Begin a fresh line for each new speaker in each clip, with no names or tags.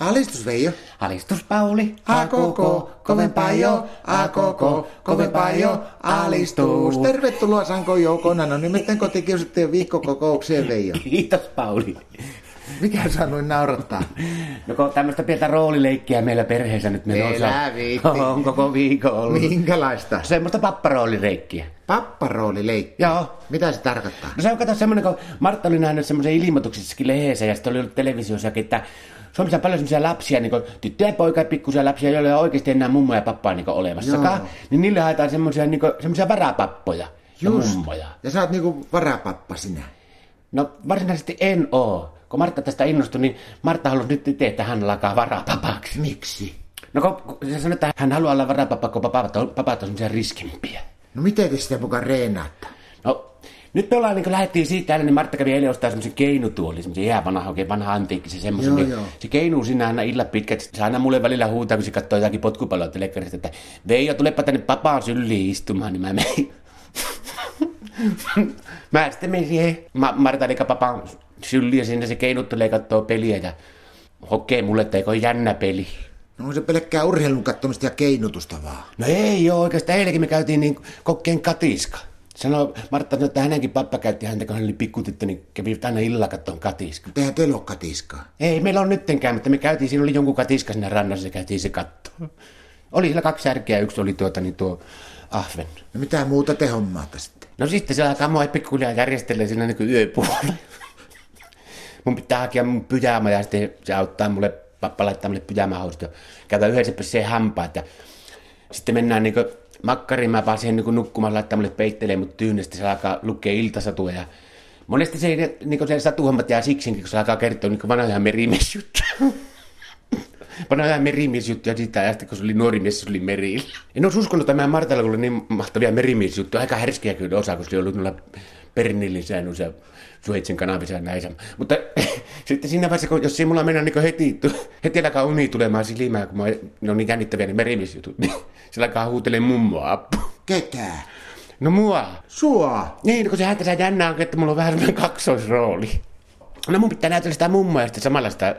Alistus Veijo.
Alistus Pauli,
A koko, kovempaa jo, a koko, kovempaa jo, alistus. Tervetuloa Sanko Joukona, no nimittäin kotikiusattujen viikkokokoukseen Veijo.
Kiitos Pauli.
Mikä sanoin naurattaa?
No kun tämmöistä pientä roolileikkiä meillä perheessä nyt menossa.
Elä viitti. Niin.
On koko viikon ollut.
Minkälaista?
Semmoista papparoolileikkiä.
Papparoolileikki.
Joo.
Mitä se tarkoittaa?
No se on kato semmoinen, kun Martta oli nähnyt semmoisen ilmoituksessakin lehdessä ja sitten oli ollut televisiossakin, että Suomessa on paljon semmoisia lapsia, niin tyttöjä, poikaa, pikkuisia lapsia, joilla ei ole oikeasti enää mummoja ja pappaa niin olemassakaan.
Joo.
Niin niille haetaan semmoisia, niin semmoisia varapappoja ja
Just.
mummoja.
Ja sä oot niinku varapappa sinä.
No varsinaisesti en oo. Kun Martta tästä innostui, niin Martta halusi nyt itse, että hän alkaa varapapaksi.
Miksi?
No kun, kun se sanoi, että hän haluaa olla varapapa, kun papat on, papat on semmoisia riskimpiä.
No miten te sitä mukaan reenaatte?
No, nyt me ollaan, niin lähdettiin siitä, aina, niin Martta kävi eilen ostaa semmoisen keinutuolin, semmoisen ihan vanha, oikein vanha antiikki, se semmoisen.
Joo,
niin,
joo.
Se keinuu sinä aina illan pitkät. Se aina mulle välillä huutaa, kun se katsoo jotakin potkupalloa telekkarista, että Veijo, tulepa tänne papaan sylliin istumaan, niin mä menin. mä sitten menin siihen Ma- Martta, eli papaan sylliin, ja siinä se keinuttelee katsoo peliä ja hokee mulle, että eikö ole jännä peli.
No on se pelkkää urheilun kattomista ja keinutusta vaan.
No ei ole oikeastaan. Eilenkin me käytiin niin kokkeen katiska. Sanoi Martta, sanoi, että hänenkin pappa käytti häntä, kun hän oli pikkutyttö, niin kävi aina illalla kattoon katiska.
Tehän teillä ole katiskaa.
Ei, meillä on nyttenkään, mutta me käytiin, siinä oli jonkun katiska siinä rannassa ja käytiin se kattoon. Oli siellä kaksi särkeä, yksi oli tuota, niin tuo ahven.
No mitä muuta te hommaatte sitten?
No sitten se alkaa mua pikkuhiljaa järjestellä siinä niin kuin yöpuolella. mun pitää hakea mun pyjaama ja sitten se auttaa mulle, pappa laittaa mulle pyjaamahousut ja käydään yhdessä pesseen hampaat ja sitten mennään niin makkariin, mä pääsen niin nukkumaan, laittaa mulle peittelee mut tyynestä, se alkaa lukea iltasatuja ja monesti se, niin se satuhommat jää siksinkin, kun se alkaa kertoa niin vanhoja merimiesjuttuja. Vanhoja merimiesjuttuja siitä ajasta, kun se oli nuori mies, se oli merillä. En olisi uskonut, että mä Martalla kun oli niin mahtavia merimiesjuttuja, aika härskiä kyllä osa, kun se oli ollut noilla Pernillin säännössä ja Suheitsen kanavissa ja näissä. Mutta sitten siinä vaiheessa, kun, jos ei mulla mennä niin heti, heti alkaa uni tulemaan silmään, kun mä, ne on niin jännittäviä ne merimiesjutut, niin se alkaa huutelee mummoa apua.
Ketä?
No mua.
Sua.
Niin, kun se häntä jännää onkin, että mulla on vähän semmoinen kaksoisrooli. No mun pitää näytellä sitä mummoa ja sitten samalla sitä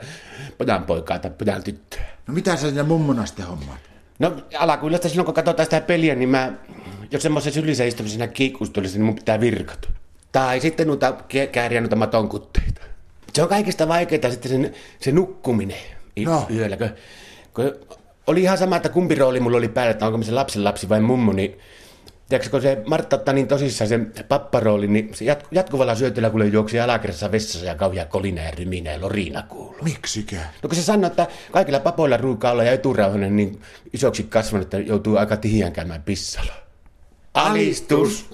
pojan poikaa tai pojan tyttöä.
No mitä sä sinä mummona sitten hommaat?
No alakuillasta silloin, kun katsotaan sitä peliä, niin mä, jos semmoisen sylissä istumisena kiikkustuolissa, niin mun pitää virkata. Tai sitten noita ke- kääriä noita matonkutteita. Se on kaikista vaikeaa sitten sen, se nukkuminen i-
No.
yöllä. Kun, kun oli ihan sama, että kumpi rooli mulla oli päällä, että onko mä se lapsen lapsi vai mummo, niin Tiedätkö, kun se Martta ottaa niin tosissaan sen papparoolin, niin se jat- jatkuvalla syötöllä kuule juoksi alakerrassa vessassa ja kauhea kolina ja ryminä ja lorina kuuluu.
Miksikä?
No kun se sanoi, että kaikilla papoilla ruukaa olla ja eturauhanen niin isoksi kasvanut, että joutuu aika tihiän käymään pissalla. Alistus!